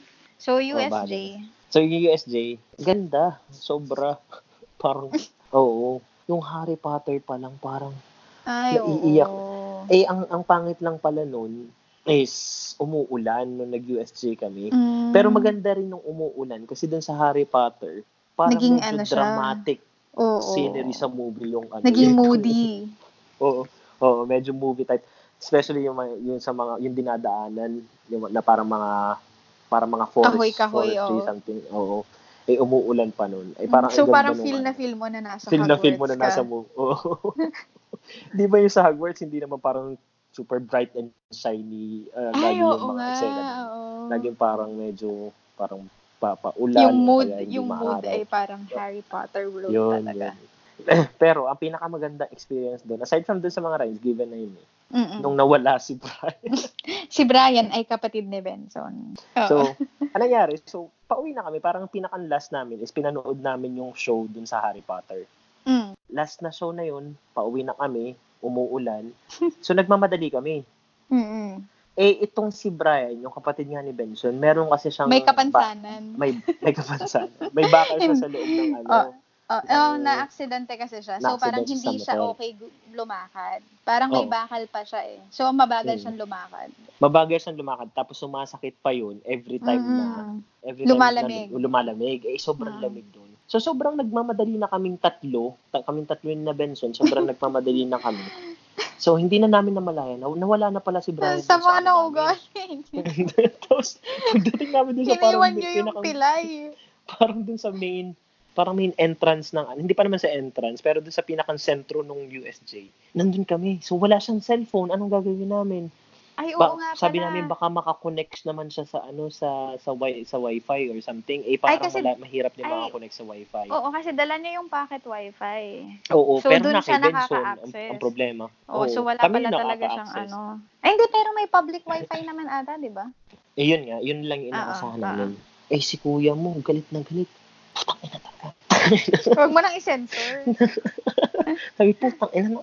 Speaker 1: Oh,
Speaker 2: So, USJ.
Speaker 1: bali. So yung USJ, ganda. Sobra. Parang, oo. Yung Harry Potter pa lang, parang,
Speaker 2: Ay,
Speaker 1: Naiiyak.
Speaker 2: oo.
Speaker 1: eh, ang, ang pangit lang pala nun is umuulan nung nag-USJ kami.
Speaker 2: Mm.
Speaker 1: Pero maganda rin nung umuulan kasi dun sa Harry Potter, parang
Speaker 2: Naging
Speaker 1: medyo
Speaker 2: ano siya.
Speaker 1: dramatic
Speaker 2: Oo.
Speaker 1: scenery sa movie yung ano.
Speaker 2: Naging
Speaker 1: yung-
Speaker 2: moody.
Speaker 1: Oo, oo, medyo movie type. Especially yung, mga- yung sa mga, yung dinadaanan, yung, na parang mga, parang mga forest,
Speaker 2: Kahoy-kahoy,
Speaker 1: forestry,
Speaker 2: oo.
Speaker 1: something, oo. Eh, umuulan pa nun. Eh, parang, ang
Speaker 2: so,
Speaker 1: ganda
Speaker 2: parang
Speaker 1: nung
Speaker 2: feel
Speaker 1: ano.
Speaker 2: na feel mo na nasa
Speaker 1: Feel na feel mo na nasa
Speaker 2: Hogwarts ka.
Speaker 1: mo. Oo. Di ba yung sa Hogwarts, hindi naman parang super bright and shiny. Uh,
Speaker 2: Ay,
Speaker 1: lagi yung
Speaker 2: oo
Speaker 1: mga
Speaker 2: nga.
Speaker 1: eksena.
Speaker 2: oo.
Speaker 1: Laging parang medyo, parang papaulan.
Speaker 2: Yung mood,
Speaker 1: kaya hindi
Speaker 2: yung mood
Speaker 1: maaraw.
Speaker 2: ay parang Harry Potter world
Speaker 1: Yun,
Speaker 2: talaga.
Speaker 1: yun. Pero ang pinakamaganda experience doon, aside from doon sa mga rides, given na yun eh,
Speaker 2: Mm-mm.
Speaker 1: nung nawala si Brian.
Speaker 2: Si Brian ay kapatid ni Benson. Oo.
Speaker 1: So, ano nangyari? So, pauwi na kami. Parang pinakang last namin is pinanood namin yung show dun sa Harry Potter.
Speaker 2: Mm.
Speaker 1: Last na show na yun, pauwi na kami, umuulan. So, nagmamadali kami.
Speaker 2: Mm-mm.
Speaker 1: Eh, itong si Brian, yung kapatid nga ni Benson, meron kasi siyang...
Speaker 2: May
Speaker 1: ba-
Speaker 2: kapansanan.
Speaker 1: may, may kapansanan. May bakal siya sa loob ng ano.
Speaker 2: Oh, Oh, oh,
Speaker 1: Yung-
Speaker 2: na-aksidente kasi siya.
Speaker 1: Na-aksidente
Speaker 2: So, parang
Speaker 1: siya
Speaker 2: hindi
Speaker 1: sa
Speaker 2: siya
Speaker 1: motor.
Speaker 2: okay gu- lumakad. Parang
Speaker 1: Oo.
Speaker 2: may bakal pa siya eh. So, mabagal
Speaker 1: Mm.
Speaker 2: siyang lumakad.
Speaker 1: Mabagal siyang lumakad, tapos sumasakit pa yun every time na
Speaker 2: Mm.
Speaker 1: every time
Speaker 2: Lumalamig.
Speaker 1: na lumalamig, eh, sobrang
Speaker 2: Mm.
Speaker 1: lamig doon. So, sobrang nagmamadali na kaming tatlo, ta- kaming tatlo yun na Benson, sobrang nagmamadali na kami. So, hindi na namin namalayan. Naw- Nawala na pala si Brian.
Speaker 2: Sa mga
Speaker 1: na
Speaker 2: naugaling.
Speaker 1: Tapos, pagdating namin dun sa parang,
Speaker 2: Iniwan niyo yung
Speaker 1: pinakang-
Speaker 2: pilay.
Speaker 1: parang dun sa main, parang main entrance ng, hindi pa naman sa entrance, pero dun sa pinakang sentro ng USJ. Nandun kami. So, wala siyang cellphone. Anong gagawin namin?
Speaker 2: Ay, oo
Speaker 1: Ba-
Speaker 2: nga pala.
Speaker 1: sabi namin baka makakonect naman siya sa ano sa sa wi- sa wifi or something. Eh parang
Speaker 2: Ay, kasi-
Speaker 1: wala, mahirap din
Speaker 2: ay.
Speaker 1: makakonect sa wifi.
Speaker 2: Oo, kasi dala niya yung pocket wifi.
Speaker 1: Oo,
Speaker 2: So,
Speaker 1: pero
Speaker 2: dun
Speaker 1: na
Speaker 2: siya
Speaker 1: kay Benson ang,
Speaker 2: nakaka-access.
Speaker 1: ang problema.
Speaker 2: Oo, so wala
Speaker 1: kami
Speaker 2: pala
Speaker 1: yung
Speaker 2: talaga siyang
Speaker 1: nakaka-access.
Speaker 2: ano. Ay, hindi, pero may public wifi naman ata, di ba?
Speaker 1: Eh yun nga, yun lang yung
Speaker 2: Ah,
Speaker 1: inaasahan
Speaker 2: ah,
Speaker 1: namin. Eh si kuya mo, galit na galit.
Speaker 2: Huwag mo nang isensor.
Speaker 1: Sabi po, tang ina mo.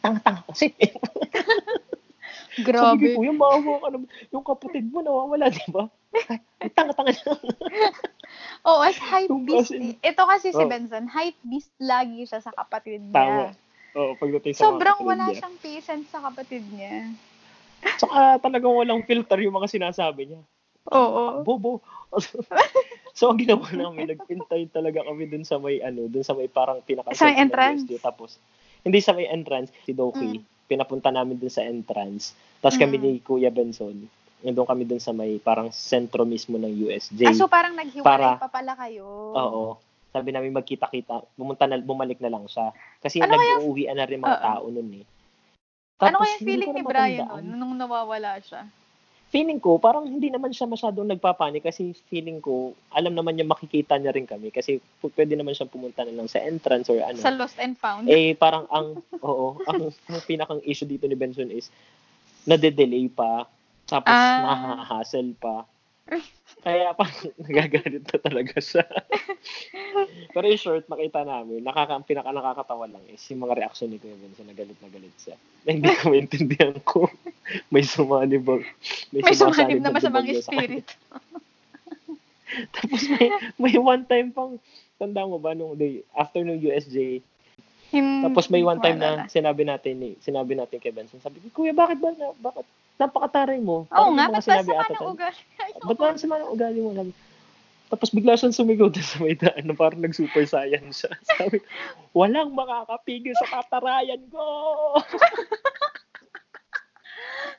Speaker 1: Tanga-tanga kasi. Sabi ko,
Speaker 2: Grabe.
Speaker 1: kuya, maawa ka naman. ano, Yung kapatid mo nawawala, di ba? Ay, Tanga-tanga na.
Speaker 2: Oo, as hype
Speaker 1: Yung as
Speaker 2: beast.
Speaker 1: in-
Speaker 2: eh. Ito kasi si
Speaker 1: Oo.
Speaker 2: Benson, hype beast lagi siya sa kapatid
Speaker 1: Oh. Tama.
Speaker 2: niya.
Speaker 1: Oo, pagdating sa mga
Speaker 2: Sobrang
Speaker 1: kapatid
Speaker 2: wala
Speaker 1: niya.
Speaker 2: siyang patience sa kapatid niya.
Speaker 1: Tsaka talagang walang filter yung mga sinasabi niya.
Speaker 2: Oo.
Speaker 1: bobo. so, ang ginawa namin, nagpintay talaga kami dun sa may, ano, dun sa may parang pinaka
Speaker 2: Sa may entrance?
Speaker 1: Tapos, hindi sa may entrance, si Doki, pinapunta namin dun sa entrance. Tapos kami
Speaker 2: Mm.
Speaker 1: ni Kuya Benson, nandun kami dun sa may parang sentro mismo ng USJ.
Speaker 2: Ah, so parang naghiwalay
Speaker 1: Para-
Speaker 2: pa pala kayo.
Speaker 1: Oo. Sabi namin magkita-kita, pumunta na, bumalik na lang siya. Kasi
Speaker 2: Ano kaya-
Speaker 1: nag-uuwi na rin mga
Speaker 2: Oo.
Speaker 1: tao nun eh.
Speaker 2: Ano
Speaker 1: Tapos,
Speaker 2: kaya
Speaker 1: hindi ko
Speaker 2: feeling
Speaker 1: na
Speaker 2: ni Brian
Speaker 1: matandaan.
Speaker 2: nun, nung nawawala siya?
Speaker 1: feeling ko, parang hindi naman siya masyadong nagpapanik kasi feeling ko, alam naman niya makikita niya rin kami kasi p- pwede naman siyang pumunta na lang sa entrance or ano.
Speaker 2: Sa lost and found.
Speaker 1: eh, parang ang, oo, ang, ang pinakang issue dito ni Benson is, nade-delay pa, tapos
Speaker 2: Ah.
Speaker 1: nahahassle pa. Kaya parang nagagalit na talaga siya. Pero in short, makita namin, nakaka, ang pinaka nakakatawa lang is yung mga reaction ni Kuya Benson, nagalit na galit siya. Na hindi ko maintindihan ko may sumalibog.
Speaker 2: May sumanib
Speaker 1: sumasalib
Speaker 2: na masamang
Speaker 1: bumagyo sa kanya.
Speaker 2: spirit.
Speaker 1: Tapos may, may one time pang, tanda mo ba, nung day, after nung USJ,
Speaker 2: Hin-
Speaker 1: tapos may one time
Speaker 2: wala
Speaker 1: na sinabi natin ni sinabi natin kay Benson, sabi ko, Kuya, bakit ba na, bakit napakataray mo?
Speaker 2: Oo
Speaker 1: Parang yung
Speaker 2: nga,
Speaker 1: mga
Speaker 2: ba't ba
Speaker 1: sinabi
Speaker 2: sa ano, oh,
Speaker 1: ata
Speaker 2: kanang
Speaker 1: tayo,
Speaker 2: ugali? Ayoko.
Speaker 1: Ba't parang sama ng ugali mo? Sabi, tapos bigla siyang sumigaw dun sa may daan na parang nag-super saiyan siya. Sabi, walang makakapigil sa katarayan ko!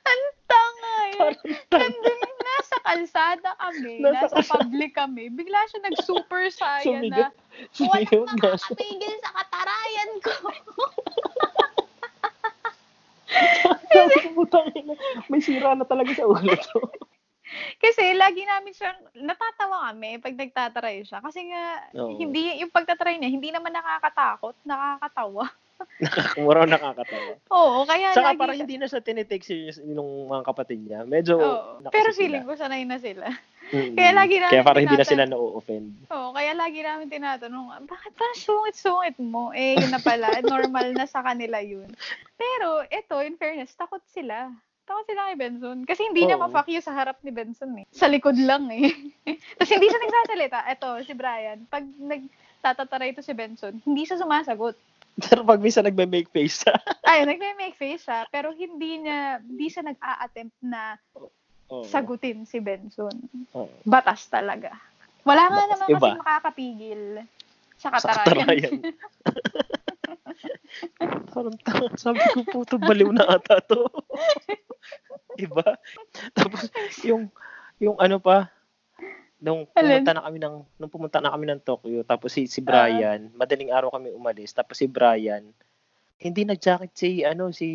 Speaker 2: Ang tanga eh.
Speaker 1: Parang tang-
Speaker 2: Nandun, nasa kalsada kami,
Speaker 1: Nasa
Speaker 2: nasa, public kami, bigla siya nag-super saiyan na,
Speaker 1: sumigaw. Sumigaw
Speaker 2: walang
Speaker 1: na siya.
Speaker 2: makakapigil sa katarayan ko.
Speaker 1: Sabi ko, "Putang ina, may sira na talaga sa ulo to.
Speaker 2: Kasi lagi namin siyang, natatawa kami pag nagtatry siya. Kasi nga,
Speaker 1: Oo.
Speaker 2: hindi, yung pagtatry niya, hindi naman nakakatakot, nakakatawa.
Speaker 1: Kumuraw nakakatawa.
Speaker 2: Oo, kaya
Speaker 1: Saka
Speaker 2: lagi
Speaker 1: parang
Speaker 2: siya-
Speaker 1: hindi na siya tinitake serious nung mga kapatid niya. Medyo
Speaker 2: Oo.
Speaker 1: nakasisila.
Speaker 2: Pero feeling ko sanay na sila.
Speaker 1: Mm-mm.
Speaker 2: Kaya lagi namin
Speaker 1: Kaya parang hindi na sila
Speaker 2: tinatan-
Speaker 1: na-offend.
Speaker 2: Oo, kaya lagi namin tinatanong, bakit parang sungit-sungit mo? Eh, yun na pala, normal na sa kanila yun. Pero, eto, in fairness, takot sila. Takot sila kay Benson. Kasi hindi niya
Speaker 1: Oo.
Speaker 2: ma-fuck you sa harap ni Benson eh. Sa likod lang eh. Tapos hindi siya nagsasalita. Eto, si Brian, pag nagtatataray to si Benson, hindi siya sumasagot.
Speaker 1: Pero pag minsan nagbe-make face siya.
Speaker 2: Ayun, nagme-make face siya, pero hindi niya, hindi siya nag-a-attempt na Oh.
Speaker 1: Oo.
Speaker 2: sagutin si Benson.
Speaker 1: Oo.
Speaker 2: Batas talaga. Wala nga
Speaker 1: Batas,
Speaker 2: naman
Speaker 1: iba.
Speaker 2: kasi makakapigil sa
Speaker 1: Sa
Speaker 2: katarayan.
Speaker 1: katarayan. Parang tanga. Sabi ko, puto, baliw na ata to. Iba? Tapos, yung, yung ano pa, nung
Speaker 2: Alin?
Speaker 1: pumunta na kami ng nung pumunta na kami ng Tokyo tapos si si
Speaker 2: Ah.
Speaker 1: Brian madaling araw kami umalis tapos si Brian hindi nag-jacket si ano si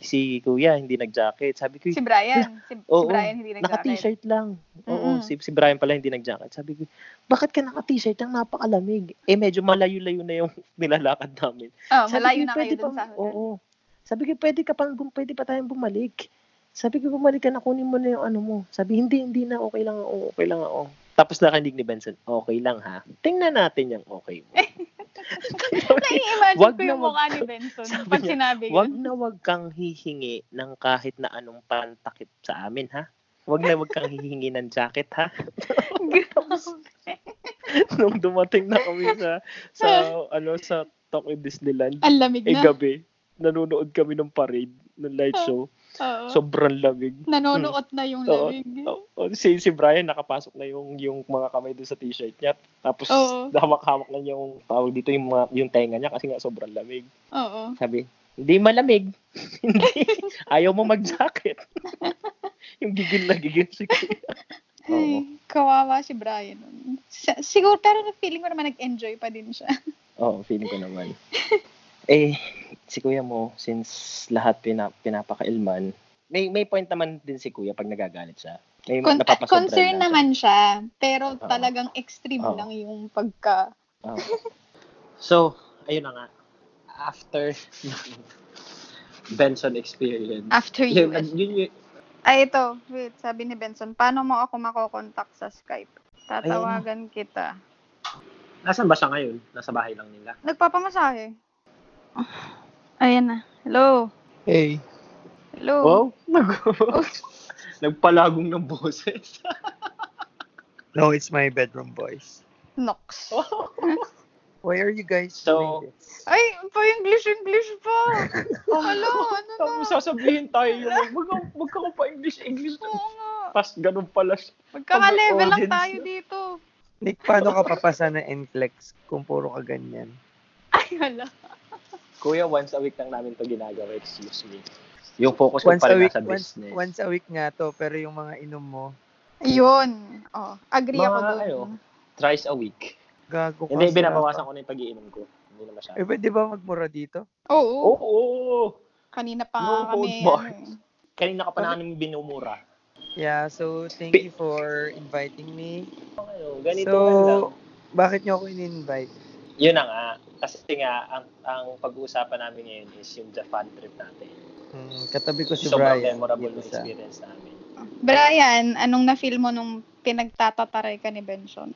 Speaker 1: si Kuya hindi nag-jacket sabi ko
Speaker 2: Si Brian. Si, si
Speaker 1: Oo,
Speaker 2: Brian hindi nag-jacket.
Speaker 1: Naka-t-shirt lang. Oo,
Speaker 2: Mm-mm.
Speaker 1: si, si Brian pala hindi nag-jacket. Sabi ko, bakit ka naka-t-shirt lang? Napakalamig. Eh, medyo malayo-layo na yung nilalakad namin.
Speaker 2: Oh,
Speaker 1: Sabi
Speaker 2: malayo
Speaker 1: ko,
Speaker 2: na
Speaker 1: "Pwede
Speaker 2: kayo dun
Speaker 1: pa-
Speaker 2: sa hotel.
Speaker 1: Oo. Sabi ko, pwede ka pang, bum- pwede pa tayong bumalik. Sabi ko, bumalik ka na, kunin mo na yung ano mo. Sabi, hindi, hindi na, okay lang ako, okay lang ako. Tapos nakandig ni Benson, okay lang ha. Tingnan natin yung okay mo.
Speaker 2: Nai-imagine
Speaker 1: Wag
Speaker 2: ko
Speaker 1: na
Speaker 2: yung
Speaker 1: wag-
Speaker 2: mukha ni Benson
Speaker 1: Sabi
Speaker 2: pag
Speaker 1: niya,
Speaker 2: sinabi
Speaker 1: Wag
Speaker 2: yun.
Speaker 1: na wag kang hihingi ng kahit na anong pantakip sa amin, ha? Wag na wag kang hihingi ng jacket, ha? Nung dumating na kami sa sa ano sa Tokyo Disneyland,
Speaker 2: Ang lamig
Speaker 1: eh
Speaker 2: na. Ah.
Speaker 1: gabi, nanonood kami ng parade, ng light show.
Speaker 2: Oo.
Speaker 1: Sobrang lamig.
Speaker 2: Nanonood na yung
Speaker 1: hmm. Oo.
Speaker 2: lamig.
Speaker 1: Oh, oh, si si Brian nakapasok na yung yung mga kamay doon sa t-shirt niya. Tapos
Speaker 2: Oo.
Speaker 1: hawak-hawak na niya yung tawag dito yung mga, yung tenga niya kasi nga sobrang lamig.
Speaker 2: Oo.
Speaker 1: Sabi, hindi malamig. Hindi. Ayaw mo mag-jacket. yung gigil na gigil si Kuya. Oo.
Speaker 2: Ay, kawawa si Brian. nun. Sa- Siguro, pero feeling ko naman nag-enjoy pa din siya.
Speaker 1: Oo, feeling ko naman. eh, si kuya mo, since lahat pina, pinapakailman, may may point naman din si kuya pag nagagalit siya. May
Speaker 2: Con-
Speaker 1: napapasobra lang
Speaker 2: concern
Speaker 1: siya.
Speaker 2: naman siya, pero
Speaker 1: Oo.
Speaker 2: talagang extreme
Speaker 1: Oo.
Speaker 2: lang yung pagka...
Speaker 1: Oo. So, ayun na nga. After Benson experience.
Speaker 2: After
Speaker 1: yun,
Speaker 2: US.
Speaker 1: yun, yun,
Speaker 2: Ay, ito. Wait, sabi ni Benson, paano mo ako makokontakt sa Skype? Tatawagan kita.
Speaker 1: nasan ba siya ngayon? Nasa bahay lang nila.
Speaker 2: Nagpapamasahe. Ayan na. Hello.
Speaker 1: Hey.
Speaker 2: Hello.
Speaker 1: Wow. Nag-
Speaker 2: Oh.
Speaker 1: Nagpalagong ng boses.
Speaker 3: No, it's my bedroom voice.
Speaker 2: Nox.
Speaker 3: Why are you guys
Speaker 1: So-
Speaker 3: doing this?
Speaker 2: Ay, ano pa English, English pa. Hello, ano na?
Speaker 1: Tapos sasabihin tayo yun. Wag ka- wag ka pa English, English.
Speaker 2: Oo nga.
Speaker 1: Tapos ganun pala siya.
Speaker 2: Magkaka-level lang
Speaker 1: Audience
Speaker 2: tayo
Speaker 1: na.
Speaker 2: dito.
Speaker 3: Nick, paano ka papasa ng NCLEX kung puro ka ganyan?
Speaker 2: Ay, wala.
Speaker 1: Kuya, once a week lang namin to ginagawa. Excuse me. Yung focus ko
Speaker 3: Once
Speaker 1: pa
Speaker 3: a
Speaker 1: rin
Speaker 3: week,
Speaker 1: nasa
Speaker 3: once,
Speaker 1: business.
Speaker 3: once a week nga to, pero yung mga inom mo,
Speaker 2: Yun. Oh, agree
Speaker 1: Mga
Speaker 2: ako doon.
Speaker 1: ayo. Thrice a week.
Speaker 3: gago ka.
Speaker 1: Hindi,
Speaker 3: sa-
Speaker 1: binabawasan ko na yung pag-iinom ko. Hindi na masyado.
Speaker 3: Eh, pwede ba magmura dito?
Speaker 2: Oo.
Speaker 1: Oo. Oh, oh.
Speaker 2: Kanina pa
Speaker 1: No
Speaker 2: nga kami.
Speaker 1: code bars.
Speaker 2: ano eh.
Speaker 1: Kanina ka pa namin binumura.
Speaker 3: Yeah, so thank you for inviting me.
Speaker 1: Ayun, Ano, ganito
Speaker 3: So,
Speaker 1: man lang.
Speaker 3: Bakit nyo ako in-invite?
Speaker 1: Yun na nga. Kasi nga, ang, ang pag-uusapan namin ngayon is yung Japan trip natin.
Speaker 3: Hmm, katabi ko si
Speaker 1: Sobrang
Speaker 3: Brian.
Speaker 1: memorable na
Speaker 3: dito sa-
Speaker 1: experience namin.
Speaker 2: Brian, anong na-feel mo nung pinagtatataray ka ni Benson?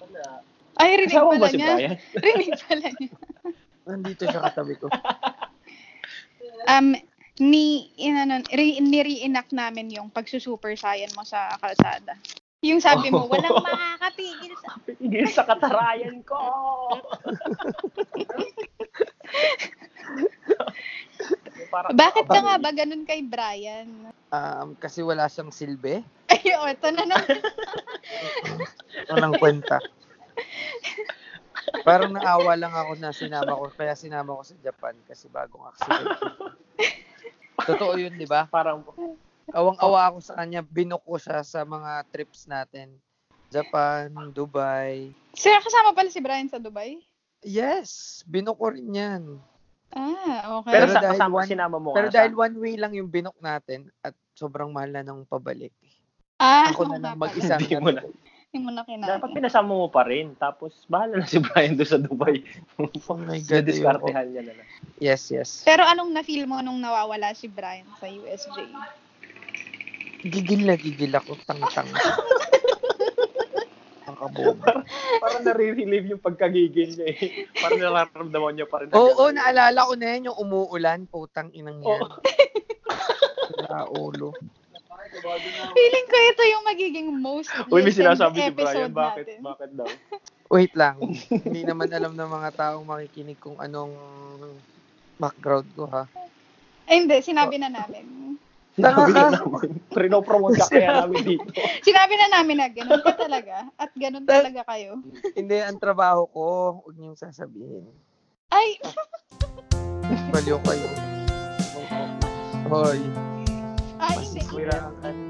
Speaker 1: Wala.
Speaker 2: Ay, rinig
Speaker 1: Kasama mo
Speaker 2: pala
Speaker 1: ba si
Speaker 2: niya.
Speaker 1: Brian?
Speaker 2: rinig pala niya.
Speaker 3: Nandito siya katabi ko.
Speaker 2: Um, ni, inanon, re, nire-enact namin yung pagsusuper saiyan mo sa kalsada. Yung sabi mo, walang makakatigil sa...
Speaker 1: Hindi sa katarayan ko! Parang-
Speaker 2: Bakit ka nga ba ganun kay Brian?
Speaker 3: Um, kasi wala siyang silbi.
Speaker 2: Ay, o, ito na naman.
Speaker 3: Walang kwenta. Parang naawa lang ako na sinama ko. Kaya sinama ko sa Japan kasi bagong accident. Totoo yun, di ba?
Speaker 1: Parang
Speaker 3: Awang-awa ako sa kanya. Binook ko siya sa mga trips natin. Japan, Dubai.
Speaker 2: Sir, kasama pala si Brian sa Dubai?
Speaker 3: Yes! Binook ko rin yan.
Speaker 2: Ah, okay.
Speaker 1: Pero,
Speaker 3: Pero
Speaker 1: sa
Speaker 3: dahil
Speaker 1: kasama,
Speaker 3: one-
Speaker 1: sinama mo
Speaker 3: Pero
Speaker 1: nga
Speaker 3: dahil
Speaker 1: siya.
Speaker 3: one way lang yung binook natin at sobrang mahal na ng pabalik.
Speaker 2: ah,
Speaker 3: Ako na
Speaker 2: nga
Speaker 3: lang ano.
Speaker 2: pala.
Speaker 3: mag-isa.
Speaker 1: Hindi mo na.
Speaker 2: Hindi mo na kinaya.
Speaker 1: Dapat pinasama mo pa rin. Tapos, bahala na si Brian doon sa Dubai.
Speaker 3: Oh my God. ayoko.
Speaker 1: Nadiskartehan niya na lang.
Speaker 3: Yes, yes.
Speaker 2: Pero anong na-feel mo nung nawawala si Brian sa USJ?
Speaker 3: Gigil na gigil ako. Tang-tang. Ang kabobo.
Speaker 1: Parang nare-relieve yung pagkagigil niya eh. Parang nararamdaman niya pa rin.
Speaker 3: Oo, oh, naalala ko na yan, yung umuulan, putang inang yan. Wala ulo.
Speaker 2: Feeling ko ito yung magiging most
Speaker 1: Uy, may
Speaker 2: listened
Speaker 1: sinasabi si Brian.
Speaker 2: episode
Speaker 1: Bakit?
Speaker 2: natin.
Speaker 1: Bakit daw?
Speaker 3: Wait lang, hindi naman alam ng mga taong makikinig kung anong background ko ha.
Speaker 2: Ay, hindi. Sinabi na namin.
Speaker 3: Tanga
Speaker 1: Sabi
Speaker 3: ka.
Speaker 1: niya naman. Prinopromote ka kaya namin dito.
Speaker 2: Sinabi na namin na ganun ka talaga. At ganun
Speaker 3: Tal-
Speaker 2: talaga kayo.
Speaker 3: Hindi, ang trabaho ko, huwag niyong sasabihin.
Speaker 2: Ay,
Speaker 3: Baliw kayo.
Speaker 2: ay,
Speaker 3: Hoy,
Speaker 2: hindi. 哎
Speaker 3: masisira ka.